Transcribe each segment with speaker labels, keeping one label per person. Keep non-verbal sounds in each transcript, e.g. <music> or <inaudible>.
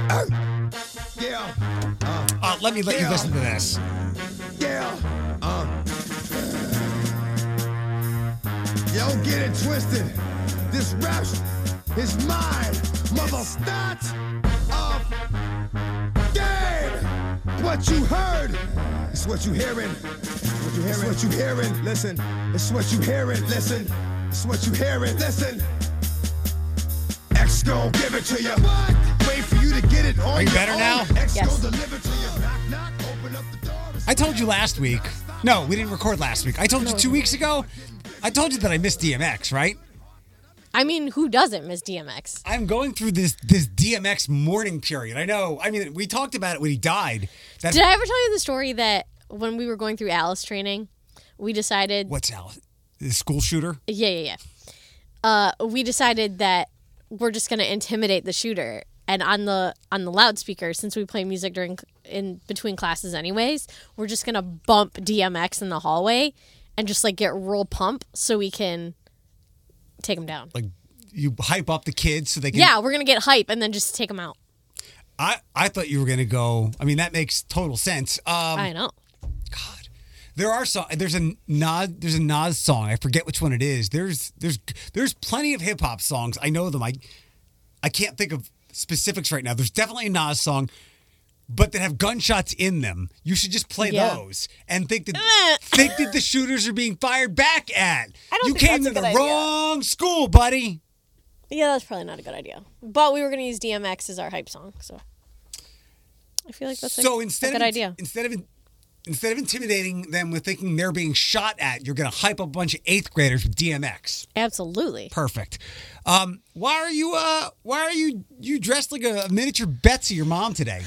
Speaker 1: Yeah. Yeah. Uh,
Speaker 2: Uh, let me let you
Speaker 1: Yeah.
Speaker 2: listen to this.
Speaker 1: yeah. Uh. Yo, get it twisted. This rap sh- is mine. Mother start of game. What you heard is what you hearing. What you hearing? What you hearing? Listen. It's what you hearing. Listen. It's what you hearing. Listen. X gon' give it to you. Wait for you to get it on
Speaker 2: Are you
Speaker 1: your
Speaker 2: better
Speaker 1: own.
Speaker 2: now?
Speaker 1: X
Speaker 3: Yes.
Speaker 1: gon' deliver to you. Knock, knock, open up the door.
Speaker 2: I told you last week. No, we didn't record last week. I told you two weeks ago. I told you that I missed DMX, right?
Speaker 3: I mean, who doesn't miss DMX?
Speaker 2: I'm going through this this DMX mourning period. I know. I mean, we talked about it when he died. That
Speaker 3: Did I ever tell you the story that when we were going through Alice training, we decided
Speaker 2: what's Alice? The school shooter?
Speaker 3: Yeah, yeah, yeah. Uh, we decided that we're just gonna intimidate the shooter, and on the on the loudspeaker, since we play music during in between classes, anyways, we're just gonna bump DMX in the hallway, and just like get real pump so we can take him down.
Speaker 2: Like you hype up the kids so they can.
Speaker 3: Yeah, we're gonna get hype and then just take him out.
Speaker 2: I I thought you were gonna go. I mean, that makes total sense. Um,
Speaker 3: I know.
Speaker 2: God, there are so there's a Nas there's a Nas song. I forget which one it is. There's there's there's plenty of hip hop songs. I know them. I I can't think of specifics right now. There's definitely a Nas song, but that have gunshots in them. You should just play
Speaker 3: Yeah. Uh.
Speaker 2: those and think that think that the shooters are being fired back at.
Speaker 3: I don't
Speaker 2: you
Speaker 3: think
Speaker 2: came
Speaker 3: that's
Speaker 2: to the
Speaker 3: a good idea.
Speaker 2: wrong school, buddy.
Speaker 3: Yeah, that's probably not a good idea. But we were gonna use DMX as our hype song, so I feel like that's
Speaker 2: so
Speaker 3: a,
Speaker 2: instead
Speaker 3: a good
Speaker 2: of
Speaker 3: idea.
Speaker 2: instead of instead of intimidating them with thinking they're being shot at, you're going to hype up a bunch of eighth graders with DMX.
Speaker 3: Absolutely.
Speaker 2: Perfect. Um, why are you uh why are you you dressed like a miniature Betsy your mom today?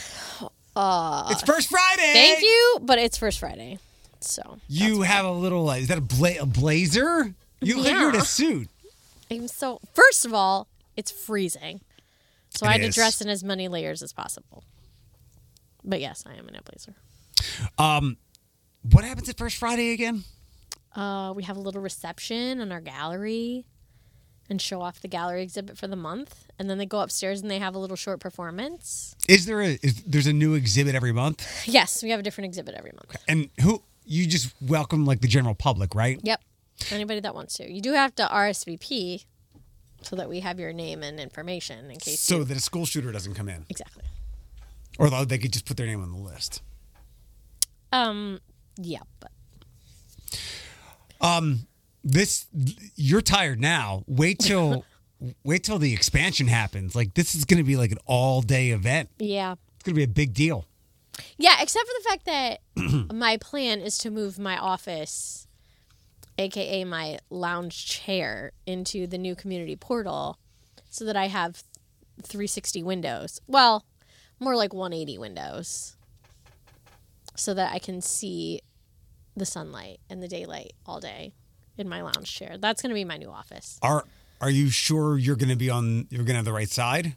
Speaker 2: it's first Friday.
Speaker 3: Uh, Thank you, but it's First Friday, so
Speaker 2: You have a little uh, is that a, bla- a blazer? You look like you're in
Speaker 3: Yeah.
Speaker 2: a suit.
Speaker 3: I'm so. First of all, it's freezing, so
Speaker 2: It
Speaker 3: I had
Speaker 2: is.
Speaker 3: to dress in as many layers as possible. But yes, I am in a blazer.
Speaker 2: What happens at first Friday again?
Speaker 3: Uh, we have a little reception in our gallery, and show off the gallery exhibit for the month, and then they go upstairs and they have a little short performance.
Speaker 2: Is there a is, there's a new exhibit every month?
Speaker 3: Yes, we have a different exhibit every month.
Speaker 2: And who you just welcome like the general public, right?
Speaker 3: Yep. Anybody that wants to, you do have to RSVP, so that we have your name and information in case.
Speaker 2: So
Speaker 3: you,
Speaker 2: that a school shooter doesn't come in.
Speaker 3: exactly.
Speaker 2: Or though they could just put their name on the list.
Speaker 3: Um. Yeah, but
Speaker 2: this you're tired now wait till wait till the expansion happens like this is gonna be like an all day event
Speaker 3: yeah.
Speaker 2: it's gonna be a big deal
Speaker 3: Yeah, except for the fact that my plan is to move my office, aka my lounge chair, into the new community portal so that I have 360 windows. Well, more like 180 windows so that I can see the sunlight and the daylight all day in my lounge chair. That's going to be my new office.
Speaker 2: are are you sure you're gonna be on you're gonna have the right side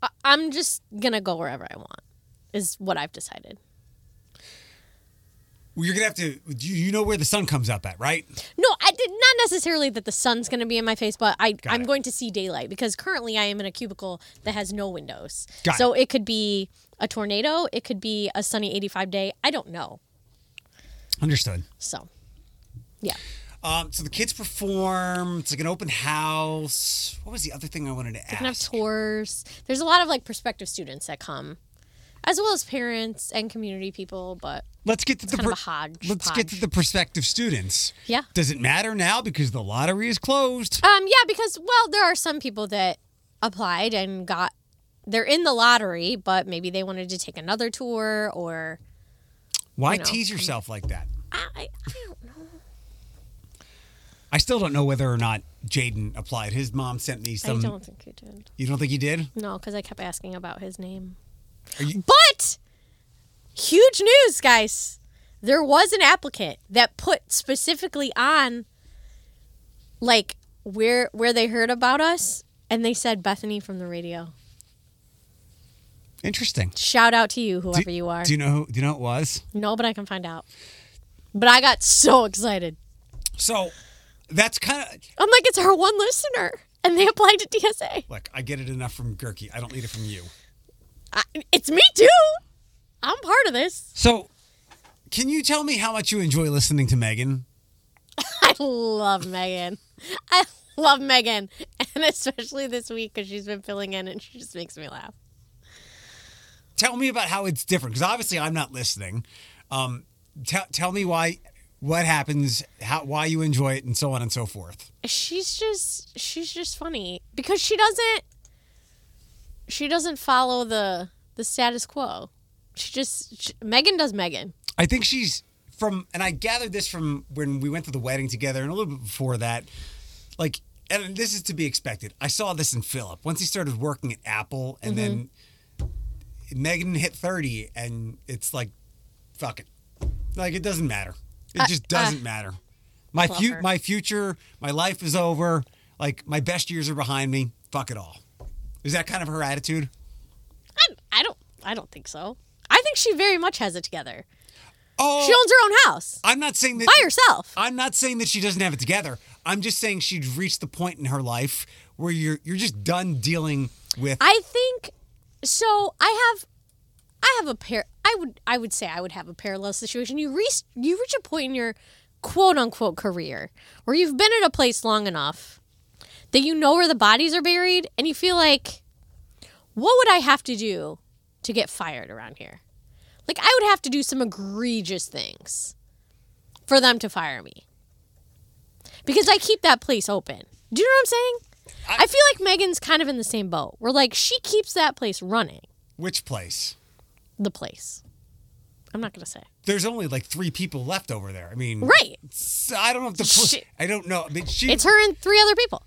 Speaker 3: I- I'm just going to go wherever I want, is what I've decided.
Speaker 2: Well, you're gonna have to you, you know where the sun comes up at right
Speaker 3: No, I did not necessarily that the sun's going to be in my face, but I I'm
Speaker 2: it.
Speaker 3: going to see daylight because currently I am in a cubicle that has no windows.
Speaker 2: Got
Speaker 3: so it. could be a tornado, it could be a sunny 85 day. I don't know.
Speaker 2: understood
Speaker 3: So, yeah.
Speaker 2: um, so the kids perform it's like an open house what was the other thing i wanted to
Speaker 3: You can have
Speaker 2: ask
Speaker 3: tours. There's a lot of like prospective students that come as well as parents and community people, but
Speaker 2: let's get to the
Speaker 3: kind of
Speaker 2: per-
Speaker 3: a hodgepodge.
Speaker 2: let's get to the prospective students
Speaker 3: Yeah.
Speaker 2: does it matter now because the lottery is closed
Speaker 3: Um, yeah, because well, there are some people that applied and got they're in the lottery, but maybe they wanted to take another tour or
Speaker 2: why
Speaker 3: you know,
Speaker 2: tease yourself like that
Speaker 3: I, I don't know.
Speaker 2: I still don't know whether or not Jaden applied. His mom sent me some.
Speaker 3: I don't think he did.
Speaker 2: You don't think he did?
Speaker 3: No, because I kept asking about his name.
Speaker 2: Are you-
Speaker 3: But huge news, guys! There was an applicant that put specifically on, like where where they heard about us, and they said Bethany from the radio.
Speaker 2: Interesting.
Speaker 3: Shout out to you,
Speaker 2: Do-
Speaker 3: whoever you are.
Speaker 2: Do you know who? Do you know who it was?
Speaker 3: No, but I can find out. But I got so excited.
Speaker 2: So that's kind of
Speaker 3: I'm like, it's our one listener, and they applied to DSA.
Speaker 2: like I get it enough from Gurky. I don't need it from you.
Speaker 3: I, it's me too. I'm part of this.
Speaker 2: So, can you tell me how much you enjoy listening to Megan?
Speaker 3: <laughs> I love Megan. I love Megan, and especially this week because she's been filling in and she just makes me laugh.
Speaker 2: Tell me about how it's different because obviously I'm not listening. Um, tell tell me why, what happens, how why you enjoy it, and so on and so forth.
Speaker 3: she's just she's just funny because she doesn't she doesn't follow the the status quo she just sh megan does megan
Speaker 2: I think she's from, and I gathered this from when we went to the wedding together and a little bit before that. Like, and this is to be expected. I saw this in Philip once he started working at Apple, and then Megan hit 30, and it's like, fuck it. Like, it doesn't matter. It just doesn't matter. My,
Speaker 3: love
Speaker 2: fu-
Speaker 3: her.
Speaker 2: my future, my life is over. Like, my best years are behind me. Fuck it all. Is that kind of her attitude?
Speaker 3: i, I don't i don't think so i think she very much has it together
Speaker 2: Oh,
Speaker 3: she owns her own house
Speaker 2: I'm not saying that
Speaker 3: by herself
Speaker 2: I'm not saying that she doesn't have it together. I'm just saying she'd reached the point in her life where you're you're just done dealing with.
Speaker 3: i think so i have i have a pair i would i would say i would have a parallel situation you reach you reach a point in your quote unquote career where you've been at a place long enough that you know where the bodies are buried and you feel like what would i have to do to get fired around here like i would have to do some egregious things for them to fire me because i keep that place open do you know what i'm saying I feel like Megan's kind of in the same boat. We're like, she keeps that place running.
Speaker 2: which place?
Speaker 3: The place. I'm not going to say.
Speaker 2: There's only like three people left over there. I mean,
Speaker 3: Right.
Speaker 2: so I don't know if the. pl-
Speaker 3: Shit.
Speaker 2: I don't know. I mean, she.
Speaker 3: It's her and three other people.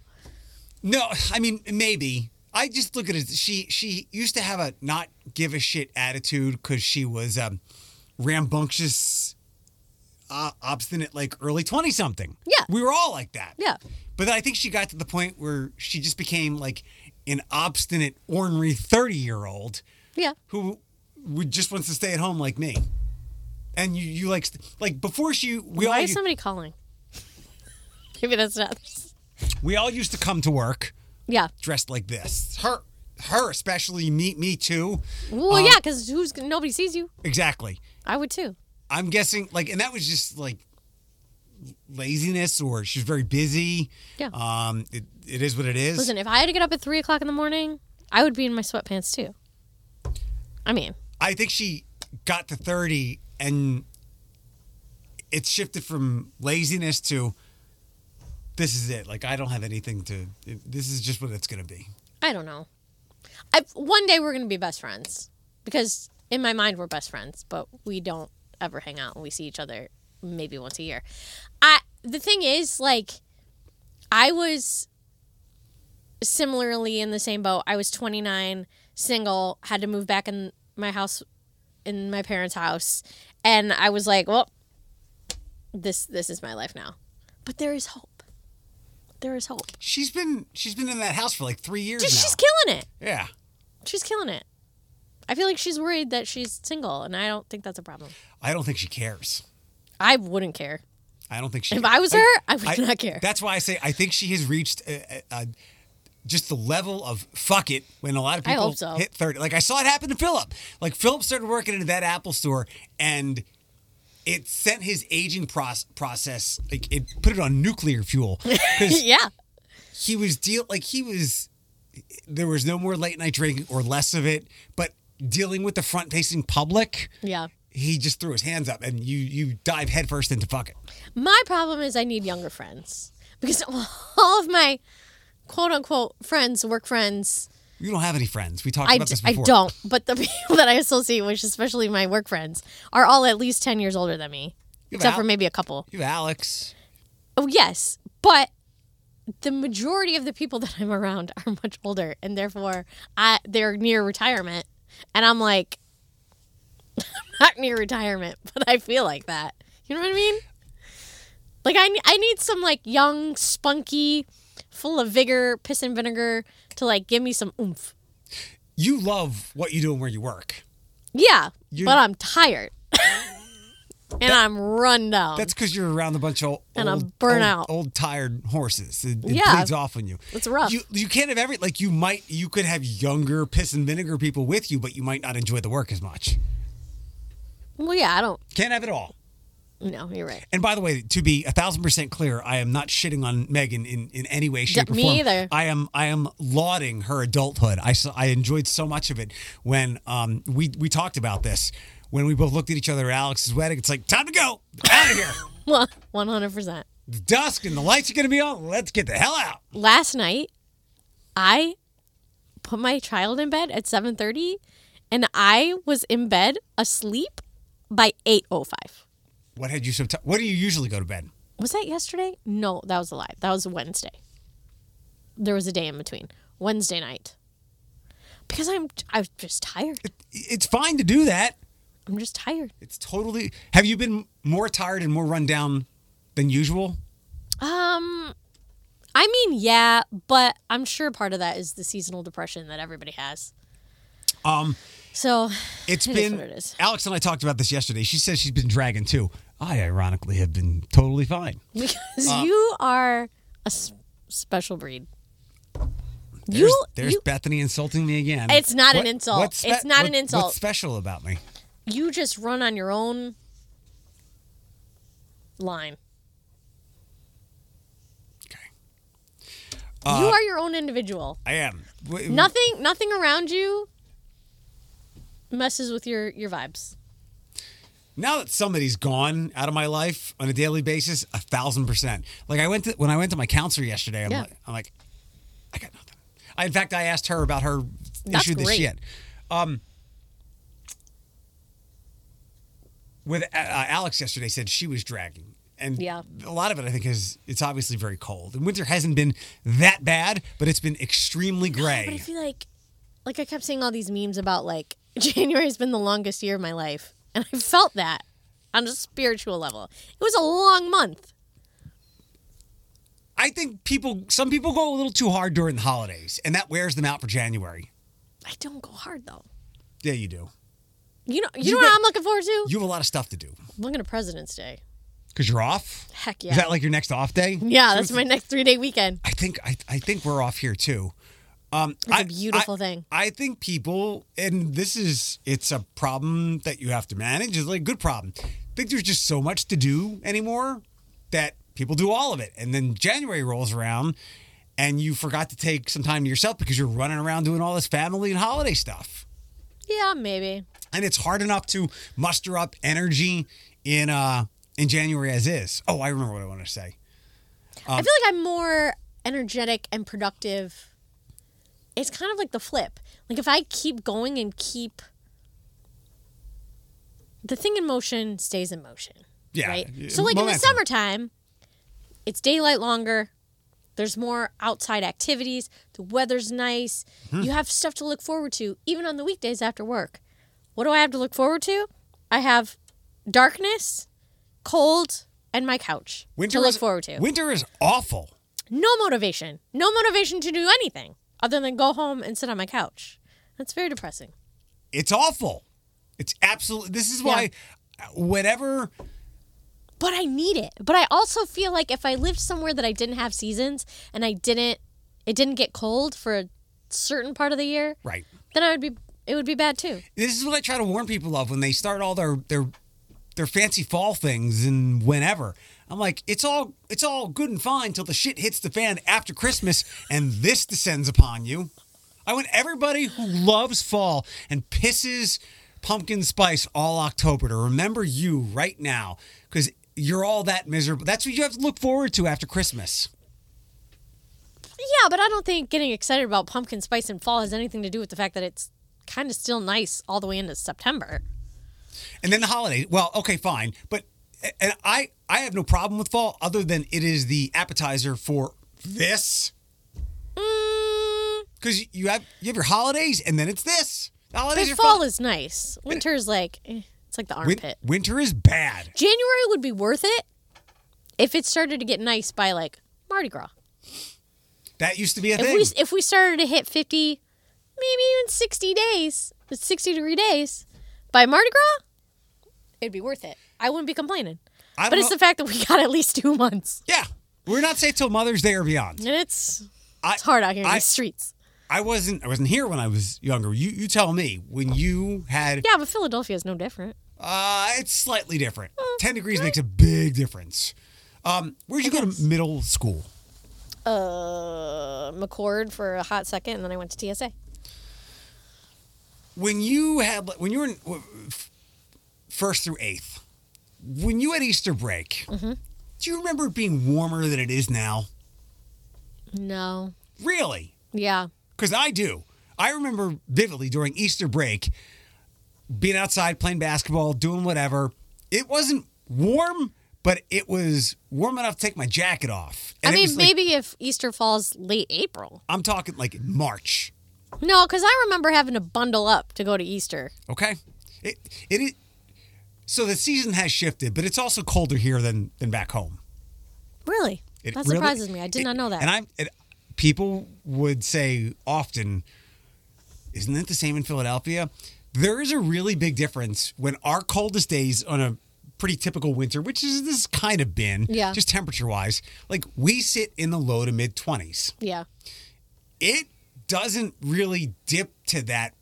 Speaker 2: no, I mean maybe. I just look at it. She she used to have a not give a shit attitude because she was um, rambunctious, uh, obstinate, like early twenty something.
Speaker 3: Yeah.
Speaker 2: we were all like that.
Speaker 3: Yeah.
Speaker 2: But then I think she got to the point where she just became like an obstinate, ornery 30 year old
Speaker 3: Yeah.
Speaker 2: who would just wants to stay at home like me. And you, you like, st- like before she, we all,
Speaker 3: Why is
Speaker 2: u-
Speaker 3: somebody calling? <laughs> Maybe that's not.
Speaker 2: we all used to come to work
Speaker 3: Yeah.
Speaker 2: dressed like this. Her, her especially, me, me too.
Speaker 3: Well, yeah, because who's nobody sees you.
Speaker 2: Exactly.
Speaker 3: I would too.
Speaker 2: I'm guessing like, and that was just like laziness or she's very busy.
Speaker 3: Yeah.
Speaker 2: Um, it, it is what it is.
Speaker 3: Listen, if I had to get up at three o'clock in the morning, I would be in my sweatpants too. I mean,
Speaker 2: I think she got to 30 and it shifted from laziness to this is it. Like, I don't have anything to, this is just what it's going to be.
Speaker 3: I don't know. I one day we're gonna be best friends because in my mind we're best friends, but we don't ever hang out. We see each other maybe once a year. I the thing is like I was similarly in the same boat. I was 29, single, had to move back in my house in my parents' house, and I was like, well, this this is my life now. But there is hope. There is hope.
Speaker 2: She's been, she's been in that house for like three years
Speaker 3: Dude,
Speaker 2: now.
Speaker 3: she's killing it.
Speaker 2: yeah.
Speaker 3: She's killing it. I feel like she's worried that she's single, and I don't think that's a problem.
Speaker 2: I don't think she cares.
Speaker 3: I wouldn't care. <laughs>
Speaker 2: I don't think she.
Speaker 3: If I was her, I would not care.
Speaker 2: That's why I say I think she has reached a, a, a, just the level of fuck it when a lot of
Speaker 3: I
Speaker 2: people
Speaker 3: hope so.
Speaker 2: hit thirty. Like I saw it happen to Philip. Like Philip started working into that Apple store, and it sent his aging pros- process. Like it put it on nuclear
Speaker 3: <laughs>
Speaker 2: fuel because
Speaker 3: yeah.
Speaker 2: he was deal like he was. There was no more late night drinking or less of it, but dealing with the front facing public.
Speaker 3: Yeah.
Speaker 2: He just threw his hands up, and you you dive headfirst into fuck it.
Speaker 3: My problem is I need younger friends because <laughs> all of my quote unquote friends, work friends,
Speaker 2: You don't have any friends. We talked
Speaker 3: I,
Speaker 2: about
Speaker 3: d-
Speaker 2: this
Speaker 3: I
Speaker 2: before.
Speaker 3: don't, but the <laughs> people that I associate with, especially my work friends, are all at least 10 years older than me,
Speaker 2: You're
Speaker 3: except
Speaker 2: out.
Speaker 3: for maybe a couple.
Speaker 2: You have Alex.
Speaker 3: Oh, yes, but the majority of the people that I'm around are much older, and therefore I they're near retirement, and I'm like, <laughs> I'm not near retirement, but I feel like that. You know what I mean? Like I ne- I need some like young, spunky, full of vigor, piss and vinegar to like give me some oomph.
Speaker 2: You love what you do and where you work.
Speaker 3: Yeah,
Speaker 2: You-
Speaker 3: but I'm tired. <laughs> and I'm run down.
Speaker 2: That's because you're around a bunch of old,
Speaker 3: Um, And I'm
Speaker 2: old-
Speaker 3: burnt
Speaker 2: old-
Speaker 3: out.
Speaker 2: old tired horses. It, it
Speaker 3: Yeah.
Speaker 2: bleeds off on you.
Speaker 3: It's rough.
Speaker 2: You you can't have every like you might you could have younger piss and vinegar people with you, but you might not enjoy the work as much.
Speaker 3: well, yeah, I don't.
Speaker 2: Can't have it all.
Speaker 3: No, you're right. <laughs>
Speaker 2: And by the way, to be a thousand percent clear, I am not shitting on Megan in, in any way, shape, or
Speaker 3: me
Speaker 2: form.
Speaker 3: either.
Speaker 2: I am I am lauding her adulthood. I saw, I enjoyed so much of it when um we we talked about this when we both looked at each other at Alex's wedding. It's like time to go out of here.
Speaker 3: Well, 100%.
Speaker 2: It's dusk and the lights are gonna be on. Let's get the hell out.
Speaker 3: Last night, I put my child in bed at 7:30 and I was in bed asleep by 8:05.
Speaker 2: What had you so? T- what do you usually go to bed?
Speaker 3: Was that yesterday? No, that was a lie. That was Wednesday. There was a day in between. Wednesday night. Because I'm I'm just tired.
Speaker 2: It's fine to do that.
Speaker 3: I'm just tired.
Speaker 2: It's totally. Have you been more tired and more run down than usual?
Speaker 3: Um, I mean, yeah, but I'm sure part of that is the seasonal depression that everybody has.
Speaker 2: Um,
Speaker 3: So
Speaker 2: It's
Speaker 3: it is
Speaker 2: been
Speaker 3: what it is.
Speaker 2: Alex and I talked about this yesterday. She says she's been dragging too. I ironically have been totally fine.
Speaker 3: <laughs> because
Speaker 2: Uh,
Speaker 3: you are a s- special breed.
Speaker 2: There's,
Speaker 3: you,
Speaker 2: there's
Speaker 3: you,
Speaker 2: Bethany insulting me again.
Speaker 3: It's not an insult.
Speaker 2: what's
Speaker 3: It's not an
Speaker 2: what-
Speaker 3: insult.
Speaker 2: What's special about me?
Speaker 3: you just run on your own line.
Speaker 2: Okay,
Speaker 3: you
Speaker 2: Uh,
Speaker 3: are your own individual.
Speaker 2: I am. W-
Speaker 3: Nothing, nothing around you messes with your your vibes.
Speaker 2: now that somebody's gone out of my life on a daily basis, a thousand percent. Like I went to when I went to my counselor yesterday. I'm
Speaker 3: Yeah.
Speaker 2: like, I'm like, I got nothing. I, in fact, I asked her about her
Speaker 3: That's
Speaker 2: issue this
Speaker 3: great.
Speaker 2: shit. Um, with uh, Alex yesterday said she was dragging, and
Speaker 3: Yeah.
Speaker 2: a lot of it I think is it's obviously very cold, and winter hasn't been that bad, but it's been extremely gray.
Speaker 3: But I feel like, like I kept seeing all these memes about like <laughs> January's been the longest year of my life, and I felt that on a spiritual level. It was a long month.
Speaker 2: I think people, some people go a little too hard during the holidays, and that wears them out for January.
Speaker 3: I don't go hard though.
Speaker 2: Yeah, you do.
Speaker 3: You know, you,
Speaker 2: You
Speaker 3: know what
Speaker 2: got-
Speaker 3: I'm looking forward to.
Speaker 2: You have a lot of stuff to do.
Speaker 3: I'm looking at President's Day.
Speaker 2: Because you're off?
Speaker 3: Heck yeah.
Speaker 2: Is that like your next off day?
Speaker 3: <laughs> yeah, that's my next three day weekend.
Speaker 2: I think I, I think we're off here too. Um,
Speaker 3: It's a
Speaker 2: I-
Speaker 3: beautiful
Speaker 2: I-
Speaker 3: thing.
Speaker 2: I think people, and this is it's a problem that you have to manage. It's like a good problem. I think there's just so much to do anymore that people do all of it, and then January rolls around, and you forgot to take some time to yourself because you're running around doing all this family and holiday stuff
Speaker 3: Yeah, maybe.
Speaker 2: and it's hard enough to muster up energy in uh in January as is. Oh, I remember what I want to say. Um,
Speaker 3: I feel like I'm more energetic and productive. It's kind of like the flip. Like if I keep going and keep the thing in motion stays in motion.
Speaker 2: Yeah,
Speaker 3: Right?
Speaker 2: yeah,
Speaker 3: So like in
Speaker 2: momentum.
Speaker 3: the summertime, it's daylight longer. There's more outside activities. The weather's nice.
Speaker 2: Hmm.
Speaker 3: You have stuff to look forward to even on the weekdays after work. What do I have to look forward to? I have darkness, cold, and my couch to look
Speaker 2: is,
Speaker 3: forward to
Speaker 2: Winter is awful.
Speaker 3: no motivation, no motivation to do anything other than go home and sit on my couch. That's very depressing.
Speaker 2: It's awful. It's absolutely. This is why, whatever.
Speaker 3: But I need it. But I also feel like if I lived somewhere that I didn't have seasons and I didn't, it didn't get cold for a certain part of the year,
Speaker 2: Right.
Speaker 3: then I would be, it would be bad too.
Speaker 2: This is what I try to warn people of when they start all their their their fancy fall things and whenever. I'm like, it's all it's all good and fine till the shit hits the fan after Christmas and this descends upon you. I want everybody who loves fall and pisses pumpkin spice all October to remember you right now because you're all that miserable. That's what you have to look forward to after Christmas.
Speaker 3: Yeah, but I don't think getting excited about pumpkin spice in fall has anything to do with the fact that it's kind of still nice all the way into September.
Speaker 2: And then the holiday. Well, okay, fine, but and I I have no problem with fall other than it is the appetizer for this
Speaker 3: Mm,
Speaker 2: because you have you have your holidays and then it's this. The holidays
Speaker 3: but
Speaker 2: are
Speaker 3: fall
Speaker 2: fun.
Speaker 3: is nice. Winter is like, eh, it's like the
Speaker 2: Win-
Speaker 3: armpit.
Speaker 2: winter is bad.
Speaker 3: January would be worth it if it started to get nice by like Mardi Gras.
Speaker 2: That used to be a
Speaker 3: If
Speaker 2: thing.
Speaker 3: we if we started to hit 50, maybe even 60 days, 60 degree days by Mardi Gras, it'd be worth it. I wouldn't be complaining.
Speaker 2: I don't
Speaker 3: But it's
Speaker 2: know-
Speaker 3: the fact that we got at least two months,
Speaker 2: Yeah. We're not safe till Mother's Day or beyond.
Speaker 3: and it's
Speaker 2: I-
Speaker 3: it's hard out here in
Speaker 2: I-
Speaker 3: these streets.
Speaker 2: I wasn't I wasn't here when I was younger. You you tell me when you had
Speaker 3: Yeah, but Philadelphia is no different.
Speaker 2: uh it's slightly different. Ten degrees makes a big difference. Um where'd you go to middle school?
Speaker 3: Uh, McCord for a hot second, and then I went to TSA.
Speaker 2: When you had when you were in w- f- first through eighth, when you had Easter break,
Speaker 3: Mm-hmm.
Speaker 2: do you remember it being warmer than it is now?
Speaker 3: No,
Speaker 2: Really?
Speaker 3: yeah,
Speaker 2: Because I do. I remember vividly during Easter break being outside playing basketball, doing whatever. It wasn't warm, but it was warm enough to take my jacket off. And
Speaker 3: I
Speaker 2: it
Speaker 3: mean
Speaker 2: was like-
Speaker 3: maybe if Easter falls late April.
Speaker 2: I'm talking like March.
Speaker 3: No, because I remember having to bundle up to go to Easter.
Speaker 2: Okay. It it is so the season has shifted, but it's also colder here than than back home.
Speaker 3: Really,
Speaker 2: It
Speaker 3: that
Speaker 2: really-
Speaker 3: surprises me. I did
Speaker 2: it-
Speaker 3: not know that.
Speaker 2: And I it, people would say often, isn't it the same in Philadelphia? There is a really big difference when our coldest days on a pretty typical winter, which is this has kind of been,
Speaker 3: Yeah.
Speaker 2: just temperature wise, like we sit in the low to mid twenties.
Speaker 3: yeah,
Speaker 2: It doesn't really dip to that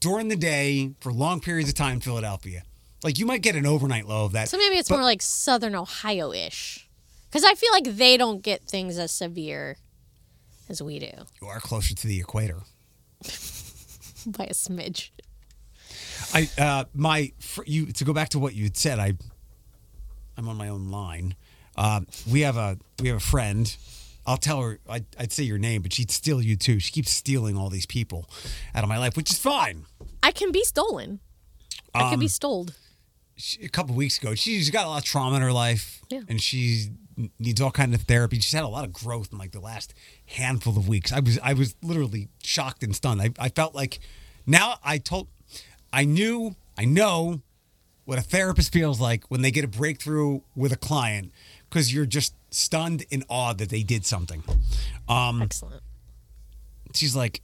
Speaker 2: during the day for long periods of time in Philadelphia. Like you might get an overnight low of that.
Speaker 3: so maybe it's more like Southern Ohio ish, because I feel like they don't get things as severe as we do
Speaker 2: you are closer to the equator.
Speaker 3: <laughs> by a smidge.
Speaker 2: I uh my fr- you to go back to what you had said. I I'm on my own line. Um, we have a we have a friend. I'll tell her I'd, I'd say your name, but she'd steal you too. She keeps stealing all these people out of my life, which is fine.
Speaker 3: I can be stolen. I can be stoled.
Speaker 2: She, a couple weeks ago, she's got a lot of trauma in her life,
Speaker 3: Yeah.
Speaker 2: and she needs all kind of therapy. She's had a lot of growth in like the last handful of weeks. I was I was literally shocked and stunned. I, I felt like now I told I knew I know what a therapist feels like when they get a breakthrough with a client because you're just stunned in awe that they did something. Um,
Speaker 3: Excellent.
Speaker 2: she's like,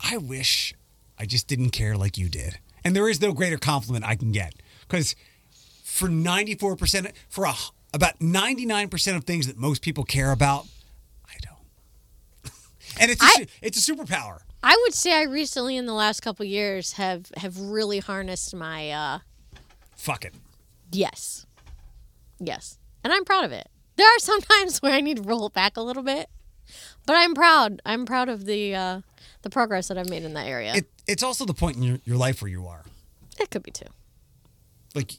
Speaker 2: I wish I just didn't care like you did. And there is no greater compliment I can get because for 94%, for a, about 99% of things that most people care about, I don't. <laughs> and it's a,
Speaker 3: I-
Speaker 2: su- it's a superpower.
Speaker 3: I would say I recently, in the last couple years, have have really harnessed my uh,
Speaker 2: Fuck it.
Speaker 3: yes, yes, and I'm proud of it. There are some <laughs> times where I need to roll it back a little bit, but I'm proud. I'm proud of the uh, the progress that I've made in that area. It,
Speaker 2: it. It's also the point in your, your life where you are.
Speaker 3: could be too.
Speaker 2: Like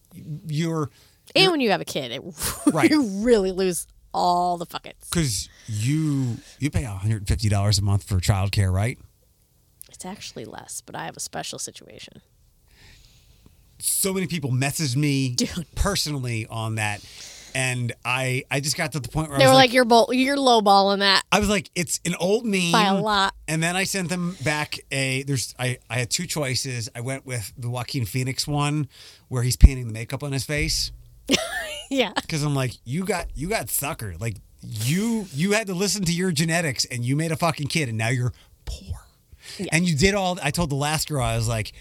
Speaker 2: you're,
Speaker 3: And when you have a kid, it <laughs>
Speaker 2: Right.
Speaker 3: you really lose all the buckets.
Speaker 2: because you, you pay $150 a month for childcare, right?
Speaker 3: It's actually less, but I have a special situation.
Speaker 2: so many people messaged me
Speaker 3: Dude.
Speaker 2: personally on that, and I I just got to the point where
Speaker 3: They
Speaker 2: I
Speaker 3: were
Speaker 2: was
Speaker 3: like, "You're bol- you're lowballing that."
Speaker 2: I was like, it's an old meme
Speaker 3: By a lot. <laughs>
Speaker 2: And then I sent them back a there's I I had two choices. I went with the Joaquin Phoenix one where he's painting the makeup on his face
Speaker 3: Yeah,
Speaker 2: because I'm like, you got you got sucker like you you had to listen to your genetics and you made a fucking kid and now you're poor and you did all I told the last girl I was like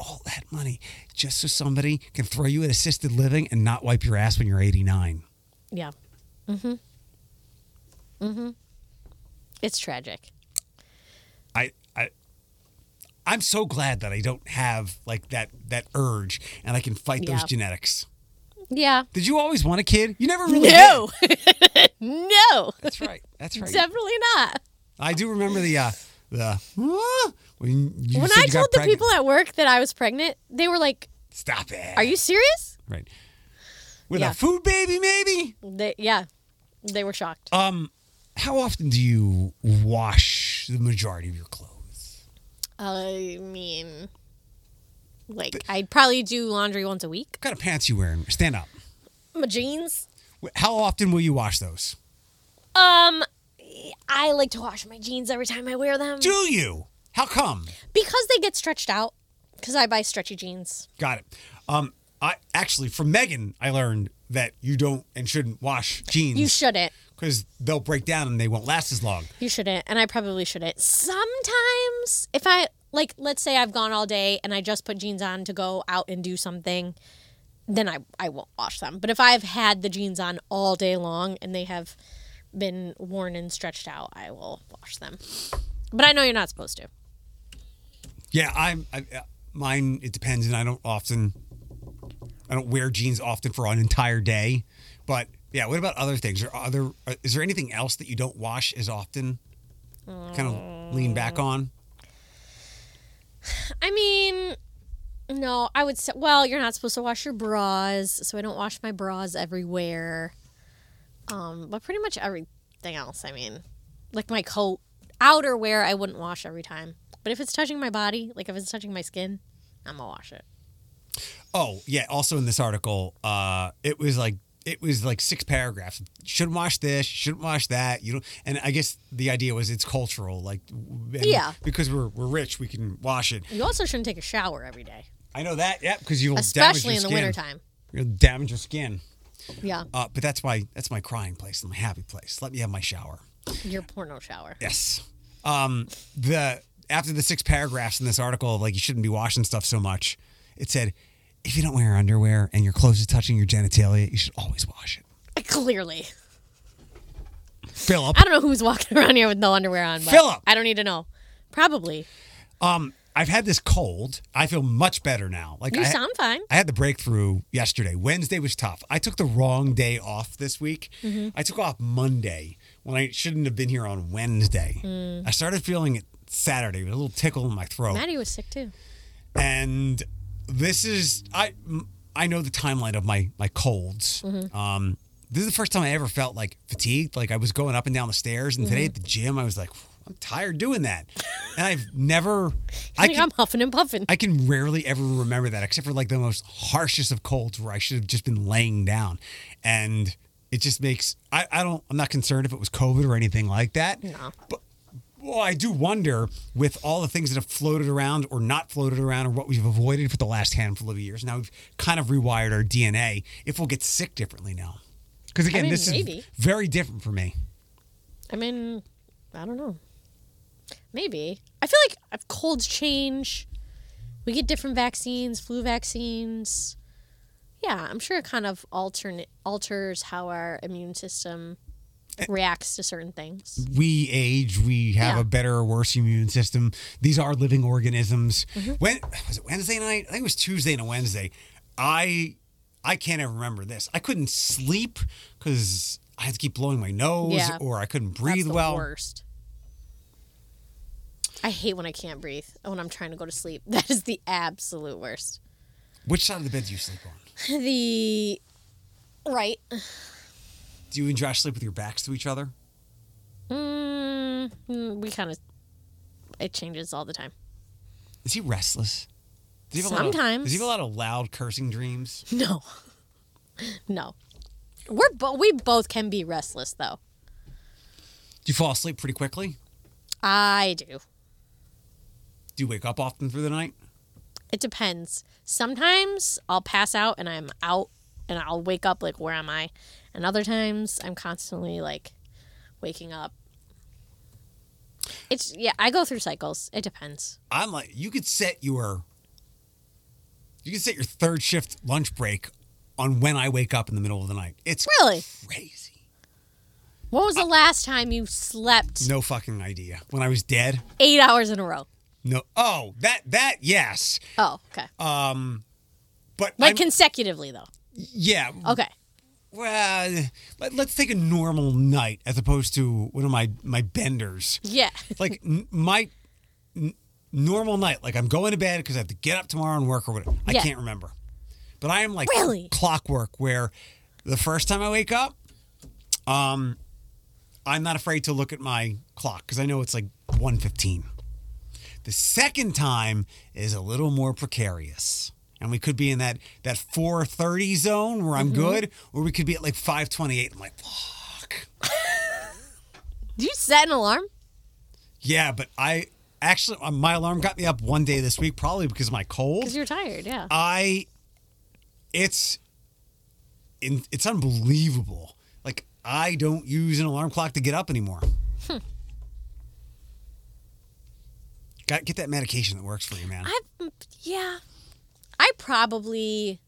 Speaker 2: all that money just so somebody can throw you at assisted living and not wipe your ass when you're 89
Speaker 3: yeah. Mhm. Mhm. Mm-hmm. It's tragic.
Speaker 2: I I I'm so glad that I don't have like that that urge and I can fight those
Speaker 3: Yeah.
Speaker 2: genetics
Speaker 3: Yeah.
Speaker 2: did you always want a kid you never really did.
Speaker 3: No. <laughs> no.
Speaker 2: that's right that's
Speaker 3: <laughs>
Speaker 2: right
Speaker 3: Definitely not.
Speaker 2: I do remember the uh the "Huh?" when, you
Speaker 3: when
Speaker 2: said
Speaker 3: I
Speaker 2: you got
Speaker 3: told the
Speaker 2: pregnant.
Speaker 3: people at work that I was pregnant, they were like,
Speaker 2: Stop it.
Speaker 3: "Are you serious?"
Speaker 2: right? With
Speaker 3: Yeah.
Speaker 2: a food baby, maybe. Um,
Speaker 3: They, yeah. They were shocked.
Speaker 2: How often do you wash the majority of your clothes?
Speaker 3: I mean, like I'd probably do laundry once a week.
Speaker 2: What kind of pants you wearing? Stand up.
Speaker 3: My jeans.
Speaker 2: Wh- How often will you wash those?
Speaker 3: Um, I like to wash my jeans every time I wear them
Speaker 2: Do you? How come?
Speaker 3: because they get stretched out. Because I buy stretchy jeans.
Speaker 2: Got it. Um, I actually from Megan I learned that you don't and shouldn't wash
Speaker 3: You
Speaker 2: jeans
Speaker 3: shouldn't.
Speaker 2: because they'll break down and they won't last as long.
Speaker 3: You shouldn't, and I probably shouldn't. Sometimes, if I like, let's say I've gone all day and I just put jeans on to go out and do something, then I, I won't wash them. But if I've had the jeans on all day long and they have been worn and stretched out, I will wash them. But I know you're not supposed to.
Speaker 2: Yeah, I'm. I, uh, mine. It depends, and I don't often. I don't wear jeans often for an entire day, but yeah. What about other things? Or other? uh, Is there anything else that you don't wash as often? Kind of lean back
Speaker 3: Mm.
Speaker 2: on.
Speaker 3: I mean, no, I would say, well, you're not supposed to wash your bras, so I don't wash my bras everywhere. Um, but pretty much everything else, I mean, like my coat, outerwear, I wouldn't wash every time. But if it's touching my body, like if it's touching my skin, I'm gonna wash it.
Speaker 2: Oh yeah. Also in this article, uh, it was like it was like six paragraphs. Shouldn't wash this. Shouldn't wash that. You know. And I guess the idea was it's cultural. Like and
Speaker 3: Yeah.
Speaker 2: Because we're we're rich, we can wash it.
Speaker 3: You also shouldn't take a shower every day,
Speaker 2: I know that. Yeah. Because you'll
Speaker 3: especially
Speaker 2: damage
Speaker 3: in the
Speaker 2: your skin.
Speaker 3: wintertime.
Speaker 2: You'll damage your skin.
Speaker 3: Yeah,
Speaker 2: Uh, but that's my that's my crying place and my happy place. Let me have my shower.
Speaker 3: your porno shower.
Speaker 2: Yes. Um, the after the six paragraphs in this article, like you shouldn't be washing stuff so much. It said, if you don't wear underwear and your clothes are touching your genitalia, you should always wash it.
Speaker 3: <laughs> Clearly.
Speaker 2: Philip,
Speaker 3: I don't know who's walking <laughs> around here with no underwear on, but
Speaker 2: Philip!
Speaker 3: I don't need to know. Probably.
Speaker 2: I've had this cold. I feel much better now. Like
Speaker 3: You
Speaker 2: I,
Speaker 3: sound fine.
Speaker 2: I had the breakthrough yesterday. Wednesday was tough. I took the wrong day off this week.
Speaker 3: Mm-hmm.
Speaker 2: I took off Monday when I shouldn't have been here on Wednesday.
Speaker 3: Mm.
Speaker 2: I started feeling it Saturday, with a little tickle in my throat.
Speaker 3: Maddie was sick too.
Speaker 2: and this is I m- I know the timeline of my my colds. Um, this is the first time I ever felt like fatigued. Like I was going up and down the stairs, and today at the gym, I was like, I'm tired doing that, and I've never. I
Speaker 3: I
Speaker 2: can,
Speaker 3: am huffing and <laughs> puffing.
Speaker 2: I can rarely ever remember that, except for like the most harshest of colds where I should have just been laying down. And it just makes I, I don't I'm not concerned if it was COVID or anything like that.
Speaker 3: No.
Speaker 2: But well, I do wonder with all the things that have floated around or not floated around or what we've avoided for the last handful of years. Now we've kind of rewired our DNA if we'll get sick differently now. Because again,
Speaker 3: mean,
Speaker 2: this is
Speaker 3: maybe.
Speaker 2: very different for me.
Speaker 3: I mean, I don't know. Maybe. I feel like uh, colds change. We get different vaccines, flu vaccines. Yeah, I'm sure it kind of alternate alters how our immune system
Speaker 2: Eh.
Speaker 3: reacts to certain things.
Speaker 2: we age, we have
Speaker 3: Yeah.
Speaker 2: a better or worse immune system. These are living organisms.
Speaker 3: Mm-hmm.
Speaker 2: When was it Wednesday night? I think it was Tuesday and a Wednesday. I I can't ever remember this. I couldn't sleep because I had to keep blowing my nose,
Speaker 3: Yeah.
Speaker 2: or I couldn't
Speaker 3: That's
Speaker 2: breathe
Speaker 3: the
Speaker 2: well.
Speaker 3: worst. I hate when I can't breathe when I'm trying to go to sleep. <laughs> That is the absolute worst.
Speaker 2: Which side of the bed do you sleep on?
Speaker 3: The right.
Speaker 2: Do you and Josh sleep with your backs to each other?
Speaker 3: Mm, mm, we kind of it changes all the time. <laughs>
Speaker 2: Is he restless? Does he have a lot of-
Speaker 3: Sometimes.
Speaker 2: does he have a lot of loud cursing dreams?
Speaker 3: No. No. We're bo- we both can be restless though.
Speaker 2: Do you fall asleep pretty quickly?
Speaker 3: I do.
Speaker 2: Do you wake up often through the night?
Speaker 3: It depends. Sometimes I'll pass out and I'm out and I'll wake up like where am I? And other times I'm constantly like waking up. It's yeah, I go through cycles. It depends.
Speaker 2: I'm like, you could set your, you could set your third shift lunch break on when I wake up in the middle of the night. It's
Speaker 3: Really?
Speaker 2: crazy.
Speaker 3: What was the last time you slept
Speaker 2: No fucking idea. When I was dead,
Speaker 3: 8 hours in a row?
Speaker 2: no. Oh, that that yes,
Speaker 3: Oh, okay.
Speaker 2: but
Speaker 3: like
Speaker 2: Uh, I'm-
Speaker 3: consecutively though.
Speaker 2: yeah.
Speaker 3: Okay.
Speaker 2: Well, but let's take a normal night as opposed to one of my my benders.
Speaker 3: Yeah. <laughs>
Speaker 2: like n- my n- normal night like i'm going to bed because i have to get up tomorrow and work or whatever i
Speaker 3: Yeah.
Speaker 2: can't remember but i am like
Speaker 3: Really?
Speaker 2: clockwork where the first time i wake up um i'm not afraid to look at my clock because i know it's like 1.15 the second time is a little more precarious and we could be in that that 4.30 zone where i'm
Speaker 3: Mm-hmm.
Speaker 2: good or we could be at like 5.28 i'm like fuck
Speaker 3: Do you set an alarm?
Speaker 2: Yeah, but I actually uh, my alarm got me up one day this week, probably because of my
Speaker 3: Because
Speaker 2: cold.
Speaker 3: you're tired, yeah.
Speaker 2: I, it's, in, it's unbelievable. Like I don't use an alarm clock to get up anymore. Got get that
Speaker 3: mm,
Speaker 2: medication that works for you, man.
Speaker 3: I yeah. I probably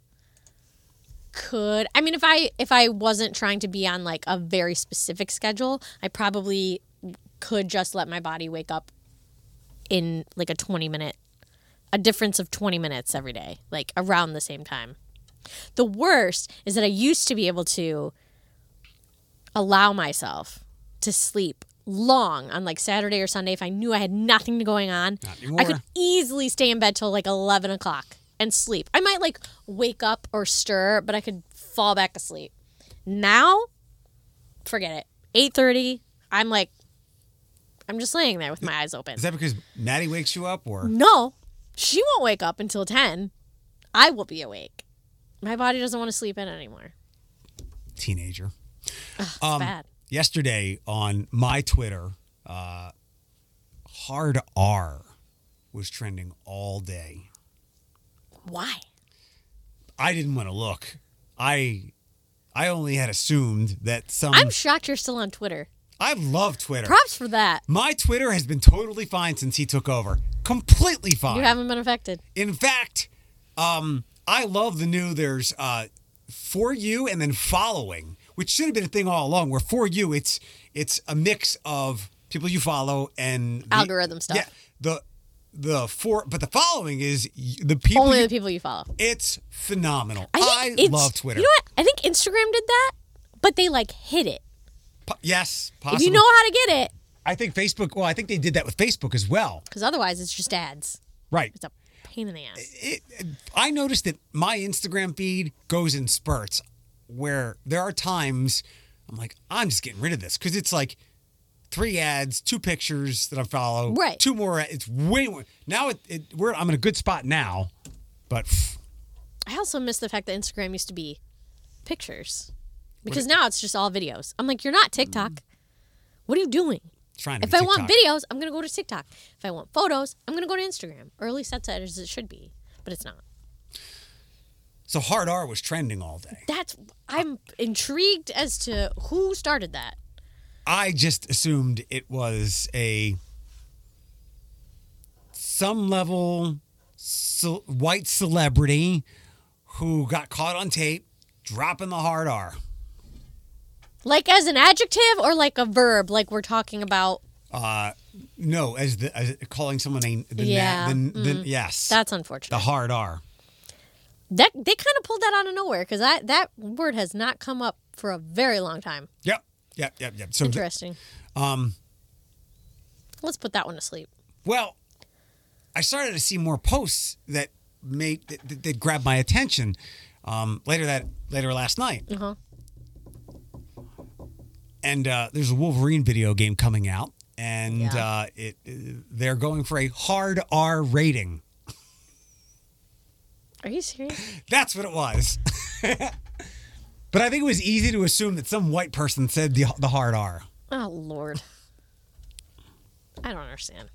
Speaker 3: could. I mean, if I if I wasn't trying to be on like a very specific schedule, I probably could just let my body wake up in like a 20 minute a difference of 20 minutes every day, like around the same time. The worst is that I used to be able to allow myself to sleep long on like Saturday or Sunday if I knew I had nothing going on.
Speaker 2: Not
Speaker 3: I could
Speaker 2: anymore.
Speaker 3: easily stay in bed till like 11 o'clock and sleep. I might like wake up or stir, but I could fall back asleep. Now, forget it. 8.30, I'm like, I'm just laying there with my eyes open.
Speaker 2: Is that because Natty wakes you up or
Speaker 3: No, she won't wake up until 10. I will be awake. My body doesn't want to sleep in anymore.
Speaker 2: teenager?
Speaker 3: It's
Speaker 2: Um,
Speaker 3: bad.
Speaker 2: Yesterday on my Twitter, uh, hard R was trending all day.
Speaker 3: Why?
Speaker 2: I didn't want to look. I I only had assumed that some
Speaker 3: I'm shocked you're still on Twitter.
Speaker 2: I love Twitter.
Speaker 3: Props for that.
Speaker 2: My Twitter has been totally fine since he took over. Completely fine.
Speaker 3: You haven't been affected.
Speaker 2: In fact, um, I love the new there's uh, for you and then following, which should have been a thing all along. Where for you, it's it's a mix of people you follow and the-
Speaker 3: Algorithm stuff.
Speaker 2: Yeah, the the for but the following is y- the people.
Speaker 3: Only
Speaker 2: you-
Speaker 3: the people you follow.
Speaker 2: it's phenomenal.
Speaker 3: think
Speaker 2: I,
Speaker 3: it's-
Speaker 2: love Twitter.
Speaker 3: You know what? I think Instagram did that, but they like hid it.
Speaker 2: Po- yes,
Speaker 3: If
Speaker 2: possibly.
Speaker 3: you know how to get it,
Speaker 2: I think Facebook. Well, I think they did that with Facebook as well.
Speaker 3: because otherwise it's just ads.
Speaker 2: Right.
Speaker 3: It's a pain in the ass.
Speaker 2: it, I noticed that my Instagram feed goes in spurts where there are times I'm like, I'm just getting rid of this because it's like three ads, two pictures that I follow,
Speaker 3: Right.
Speaker 2: Two more. ad- It's way more. Now it, it we're I'm in a good spot now, but pff,
Speaker 3: I also miss the fact that Instagram used to be pictures, because now it's just all videos. I'm like, you're not TikTok.
Speaker 2: Mm.
Speaker 3: What are you doing?
Speaker 2: trying to
Speaker 3: If
Speaker 2: be
Speaker 3: I want
Speaker 2: TikTok.
Speaker 3: videos, I'm gonna go to TikTok. If I want photos, I'm gonna go to Instagram. Or at least that's as it should be, but it's not.
Speaker 2: So hard R was trending all day.
Speaker 3: That's I'm intrigued as to who started that.
Speaker 2: I just assumed it was a some level ce- white celebrity who got caught on tape dropping the hard R.
Speaker 3: Like as an adjective or like a verb, like we're talking about.
Speaker 2: No, as the as calling someone a the na-
Speaker 3: Yeah,
Speaker 2: the- the- yes,
Speaker 3: That's
Speaker 2: the
Speaker 3: unfortunate.
Speaker 2: hard R.
Speaker 3: That they kind of pulled that out of nowhere because that that word has not come up for a very long time.
Speaker 2: Yep, yep, yep, yep. So, th-
Speaker 3: Interesting. Um, let's put that one to sleep.
Speaker 2: well, I started to see more posts that made that, that, that grabbed my attention. Um, later that later last night,
Speaker 3: Uh-huh.
Speaker 2: and uh, there's a Wolverine video game coming out, and
Speaker 3: Yeah.
Speaker 2: uh, it they're going for a hard R rating.
Speaker 3: Are you serious?
Speaker 2: That's what it was. <laughs> but I think it was easy to assume that some white person said the the hard R.
Speaker 3: Oh Lord, I don't understand.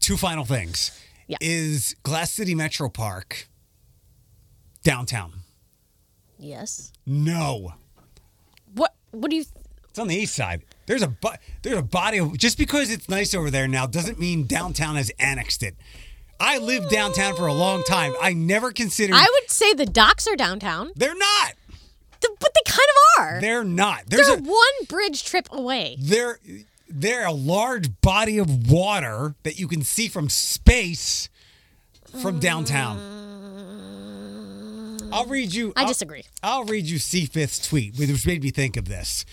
Speaker 2: two final things
Speaker 3: Yeah.
Speaker 2: is glass city metro park downtown
Speaker 3: Yes.
Speaker 2: no
Speaker 3: What What do you?
Speaker 2: it's on the east side there's a bu- there's a body of just because it's nice over there now doesn't mean downtown has annexed it i lived downtown for a long time i never considered
Speaker 3: I would say the docks are downtown,
Speaker 2: they're not
Speaker 3: th- but they kind of are. They're,
Speaker 2: they're not there's a
Speaker 3: one bridge trip away.
Speaker 2: there they're a large body of water that you can see from space from downtown i'll read you
Speaker 3: I
Speaker 2: I'll-
Speaker 3: disagree.
Speaker 2: I'll read you Seafith's tweet, which made me think of this.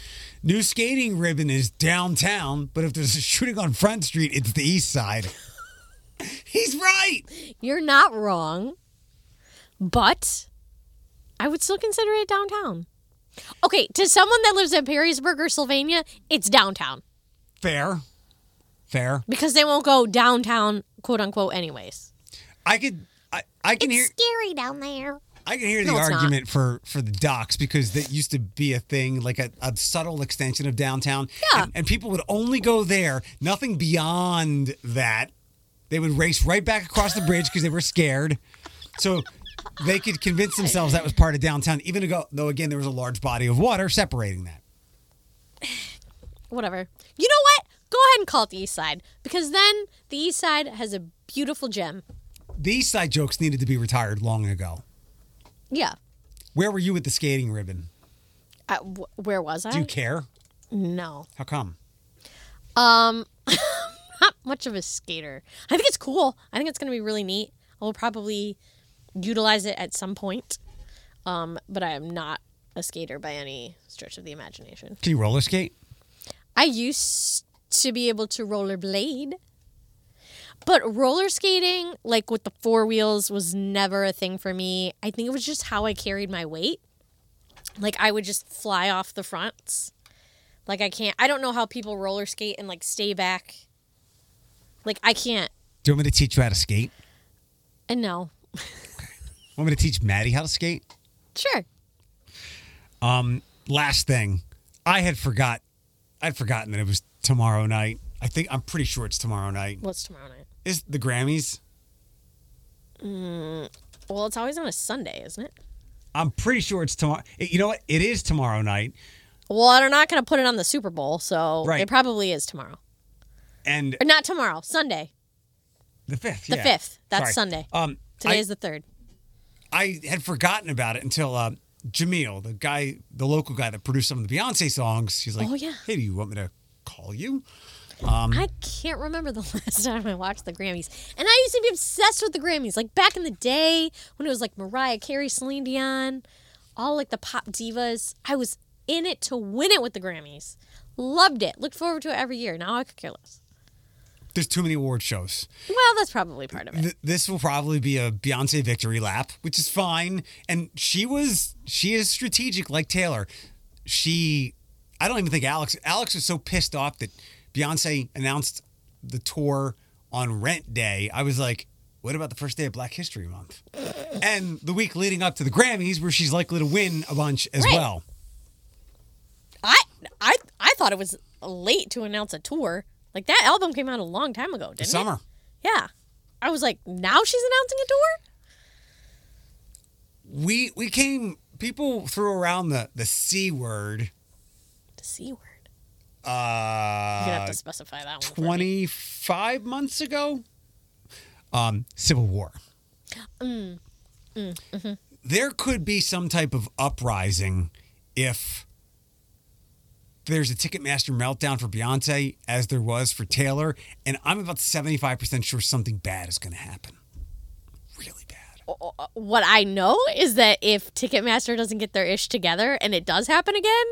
Speaker 2: New skating ribbon is downtown, but if there's a shooting on Front Street, it's the east side. <laughs> He's right.
Speaker 3: You're not wrong, but I would still consider it downtown. Okay, to someone that lives in Perrysburg or Sylvania, it's downtown
Speaker 2: Fair. Fair.
Speaker 3: because they won't go downtown, quote unquote, anyways.
Speaker 2: I could I, I can hear
Speaker 3: Scary down there.
Speaker 2: I can hear the
Speaker 3: No, it's not.
Speaker 2: argument for for the docks because that used to be a thing, like a, a subtle extension of downtown.
Speaker 3: Yeah.
Speaker 2: And, and people would only go there, nothing beyond that. They would race right back across the bridge because they were scared. So they could convince themselves that was part of downtown, even ago, though, again, there was a large body of water separating that.
Speaker 3: Whatever. You know what? Go ahead and call it the East Side because then the East Side has a beautiful gem.
Speaker 2: These side jokes needed to be retired long ago.
Speaker 3: Yeah.
Speaker 2: Where were you with the skating ribbon?
Speaker 3: I, Uh, wh- where was I?
Speaker 2: Do you care?
Speaker 3: no.
Speaker 2: How come?
Speaker 3: Um, not <laughs> much of a skater. I think it's cool. I think it's going to be really neat. I will probably utilize it at some point. Um, but I am not a skater by any stretch of the imagination.
Speaker 2: Can you roller skate?
Speaker 3: I used to be able to rollerblade, but roller skating, like with the four wheels, was never a thing for me. I think it was just how I carried my weight. Like I would just fly off the fronts. Like I can't. I don't know how people roller skate and like stay back. Like I can't.
Speaker 2: Do you want me to teach you how to skate?
Speaker 3: And no,
Speaker 2: Want me to teach Maddie how to skate?
Speaker 3: sure.
Speaker 2: Um, Last thing, I had forgot. I'd forgotten that it was tomorrow night. I think I'm pretty sure it's tomorrow night.
Speaker 3: What's tomorrow night?
Speaker 2: Is the Grammys?
Speaker 3: Well, it's always on a Sunday, isn't it?
Speaker 2: I'm pretty sure it's tomorrow. You know what? It is tomorrow night,
Speaker 3: Well, they're not going to put it on the Super Bowl, so
Speaker 2: Right.
Speaker 3: it probably is tomorrow.
Speaker 2: and
Speaker 3: Or not tomorrow, Sunday.
Speaker 2: the fifth.
Speaker 3: The
Speaker 2: yeah.
Speaker 3: fifth. That's
Speaker 2: Sorry.
Speaker 3: Sunday.
Speaker 2: Um,
Speaker 3: Today
Speaker 2: I-
Speaker 3: is the third.
Speaker 2: I had forgotten about it until uh, Jamil, the guy, the local guy that produced some of the Beyonce songs, she's like,
Speaker 3: Oh, yeah.
Speaker 2: Hey, do you want me to call you?
Speaker 3: I can't remember the <laughs> last time I watched the Grammys. And I used to be obsessed with the Grammys. Like back in the day when it was like Mariah Carey, Celine Dion, all like the pop divas. I was in it to win it with the Grammys. Loved it. Looked forward to it every year. Now I could care less.
Speaker 2: There's too many award shows.
Speaker 3: Well, that's probably part of it.
Speaker 2: Th- this will probably be a Beyonce victory lap, which is fine. And she was, she is strategic like Taylor. She, I don't even think Alex, Alex was so pissed off that Beyonce announced the tour on Rent Day. I was like, what about the first day of Black History Month? and the week leading up to the Grammys, where she's likely to win a bunch as
Speaker 3: Right.
Speaker 2: well.
Speaker 3: I I I thought it was late to announce a tour. Like that album came out a long time ago, didn't it?
Speaker 2: Summer.
Speaker 3: Yeah. I was like, now she's announcing a tour?
Speaker 2: We we came people threw around the the C word
Speaker 3: The C word. You're gonna have
Speaker 2: uh
Speaker 3: to specify that one. for me.
Speaker 2: 25 months ago. Um Civil War. There could be some type of uprising if there's a Ticketmaster meltdown for Beyonce as there was for Taylor and I'm about 75% sure something bad is going to happen. Really bad.
Speaker 3: what I know is that if Ticketmaster doesn't get their ish together and it does happen again,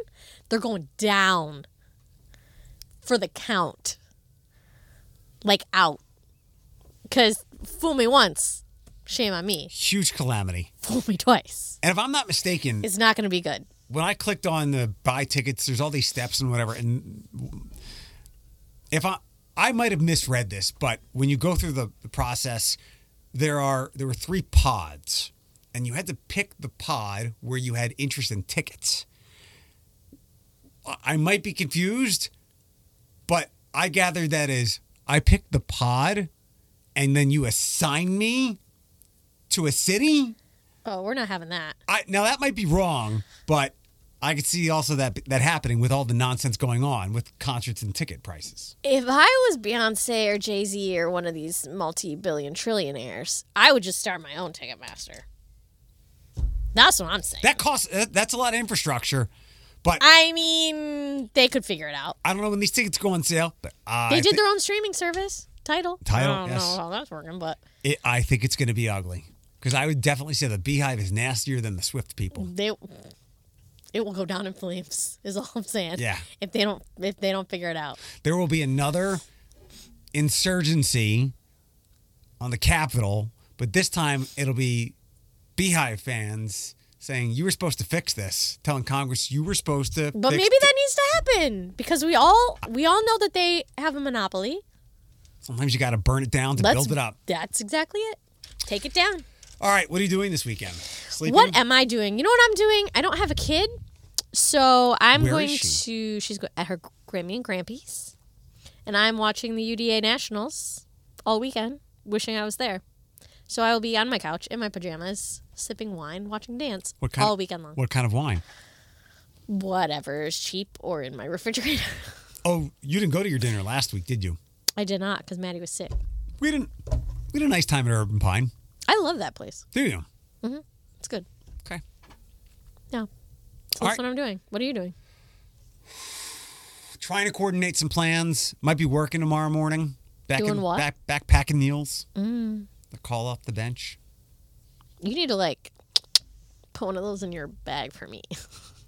Speaker 3: they're going down for the count. Like out. Cuz fool me once, shame on me.
Speaker 2: Huge calamity.
Speaker 3: Fool me twice.
Speaker 2: And if I'm not mistaken,
Speaker 3: It's not going to be good.
Speaker 2: when I clicked on the buy tickets, there's all these steps and whatever. And if I I might have misread this, but when you go through the, the process, there are there were three pods, and you had to pick the pod where you had interest in tickets. I- I might be confused, but I gathered that is I picked the pod, and then you assign me to a city.
Speaker 3: Oh, we're not having that.
Speaker 2: I now that might be wrong, but I could see also that that happening with all the nonsense going on with concerts and ticket prices.
Speaker 3: If I was Beyonce or Jay Z or one of these multi billion trillionaires, I would just start my own Ticketmaster. That's what I'm saying.
Speaker 2: That costs that- that's a lot of infrastructure, but I,
Speaker 3: I mean, they could figure it out.
Speaker 2: don't know when these tickets go on sale. But I
Speaker 3: They did
Speaker 2: thi-
Speaker 3: their own streaming service. Title.
Speaker 2: Tidal,
Speaker 3: I don't
Speaker 2: yes.
Speaker 3: know how that's working, but
Speaker 2: it, I think it's going to be ugly because I would definitely say the Beehive is nastier than the Swift people.
Speaker 3: they it will go down in flames. Is all I'm saying.
Speaker 2: Yeah.
Speaker 3: If they don't, if they don't figure it out,
Speaker 2: There will be another insurgency on the Capitol, but this time it'll be Beehive fans saying you were supposed to fix this, telling Congress you were supposed to.
Speaker 3: but
Speaker 2: fix
Speaker 3: maybe that needs to happen because we all we all know that they have a monopoly.
Speaker 2: Sometimes you got to burn it down to
Speaker 3: Let's
Speaker 2: build it up.
Speaker 3: That's exactly it. Take it down.
Speaker 2: All right, what are you doing this weekend? Sleeping?
Speaker 3: What am I doing? You know what I'm doing? I don't have a kid, so I'm
Speaker 2: Where
Speaker 3: going
Speaker 2: is
Speaker 3: to. She's go- at her Grammy and Grampy's, and I'm watching the UDA Nationals all weekend, wishing I was there. So I will be on my couch in my pajamas, sipping wine, watching dance
Speaker 2: What kind
Speaker 3: all
Speaker 2: of-
Speaker 3: weekend long.
Speaker 2: What kind of wine?
Speaker 3: Whatever is cheap or in my <laughs> refrigerator.
Speaker 2: Oh, you didn't go to your dinner last week, did you?
Speaker 3: I did not because Maddie was sick.
Speaker 2: We didn't. We had a nice time at Urban Pine.
Speaker 3: I love that place.
Speaker 2: Do you?
Speaker 3: It's good.
Speaker 2: Okay.
Speaker 3: No. So
Speaker 2: All
Speaker 3: that's
Speaker 2: right.
Speaker 3: what I'm doing. What are you doing?
Speaker 2: Trying to coordinate some plans. Might be working tomorrow morning. Back
Speaker 3: Doing
Speaker 2: in,
Speaker 3: what?
Speaker 2: Back, backpacking meals. Mm. The call off the bench.
Speaker 3: You need to like put one of those in your bag for me. <laughs>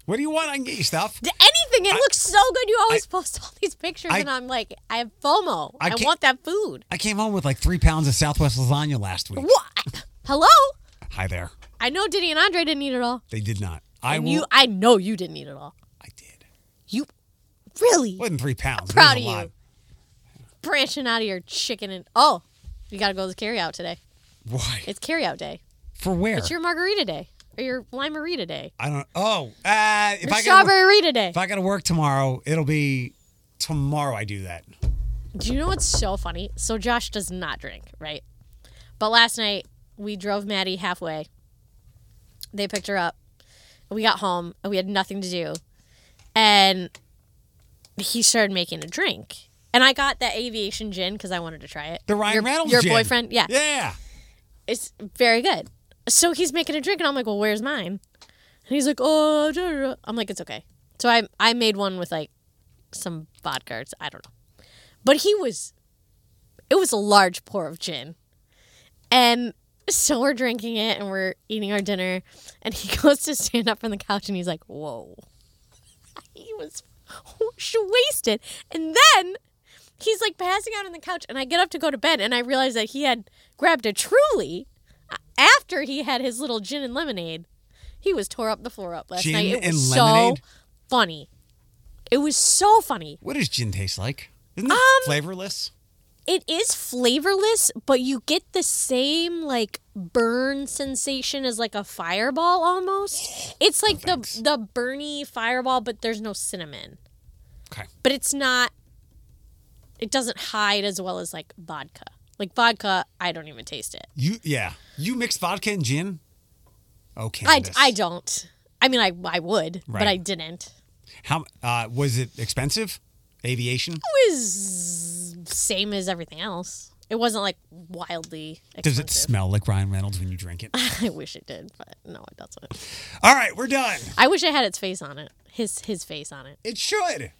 Speaker 2: What do you want? I can get you stuff.
Speaker 3: D- Anything. It looks so good. You always post all these pictures,
Speaker 2: I-
Speaker 3: and I'm like, I have FOMO.
Speaker 2: I
Speaker 3: I,
Speaker 2: can't-
Speaker 3: want that food.
Speaker 2: I came home with like three pounds of Southwest lasagna last week.
Speaker 3: What? Hello.
Speaker 2: Hi there.
Speaker 3: I know Diddy and Andre didn't eat it all.
Speaker 2: They did not. I
Speaker 3: And
Speaker 2: will.
Speaker 3: you, I know you didn't eat it all.
Speaker 2: I did.
Speaker 3: You really
Speaker 2: Wasn't three pounds. It
Speaker 3: proud
Speaker 2: was a
Speaker 3: of you.
Speaker 2: lot.
Speaker 3: branching out of your chicken and oh, you got to go to the carryout today.
Speaker 2: Why?
Speaker 3: It's carryout day.
Speaker 2: For where?
Speaker 3: It's your margarita day or your limerita day.
Speaker 2: I don't. Oh, uh, if
Speaker 3: Your
Speaker 2: I got
Speaker 3: strawberry Rita day.
Speaker 2: if I got to work tomorrow, it'll be tomorrow. I do that.
Speaker 3: Do you know what's so funny? So Josh does not drink, right? But last night we drove Maddie halfway. They picked her up. We got home and we had nothing to do. And he started making a drink. And I got that aviation gin because I wanted to try it.
Speaker 2: The Ryan
Speaker 3: your,
Speaker 2: Reynolds.
Speaker 3: Your
Speaker 2: gin.
Speaker 3: boyfriend? Yeah.
Speaker 2: Yeah.
Speaker 3: It's very good. So he's making a drink and I'm like, well, where's mine? And he's like, oh, da, da, da." I'm like, it's okay. So I, I made one with like some vodka. It's, I don't know. But he was, it was a large pour of gin. And so we're drinking it and we're eating our dinner. And he <laughs> goes to stand up from the couch and he's like, whoa. <laughs> He was wasted. And then he's like passing out on the couch. And I get up to go to bed and I realize that he had grabbed a truly after he had his little gin and lemonade. He was tore up the floor up last
Speaker 2: Gin
Speaker 3: night. It
Speaker 2: and
Speaker 3: was
Speaker 2: lemonade?
Speaker 3: so funny. It was so funny.
Speaker 2: What does gin taste like? Isn't it
Speaker 3: Um,
Speaker 2: flavorless?
Speaker 3: it is flavorless, but you get the same like burn sensation as like a fireball almost. It's like the
Speaker 2: thanks.
Speaker 3: the burny fireball, but there's no cinnamon.
Speaker 2: Okay.
Speaker 3: But it's not it doesn't hide as well as like vodka. Like vodka, I don't even taste it.
Speaker 2: You yeah. You mix vodka and gin. Okay.
Speaker 3: I, I don't. I mean I I would,
Speaker 2: Right.
Speaker 3: but I didn't.
Speaker 2: How uh, was it expensive? Aviation.
Speaker 3: It was same as everything else. It wasn't like wildly
Speaker 2: Does
Speaker 3: expensive.
Speaker 2: it smell like Ryan Reynolds when you drink it?
Speaker 3: <laughs> I wish it did, but no, it doesn't.
Speaker 2: All right, we're done.
Speaker 3: I wish it had its face on it. His his face on it.
Speaker 2: It should.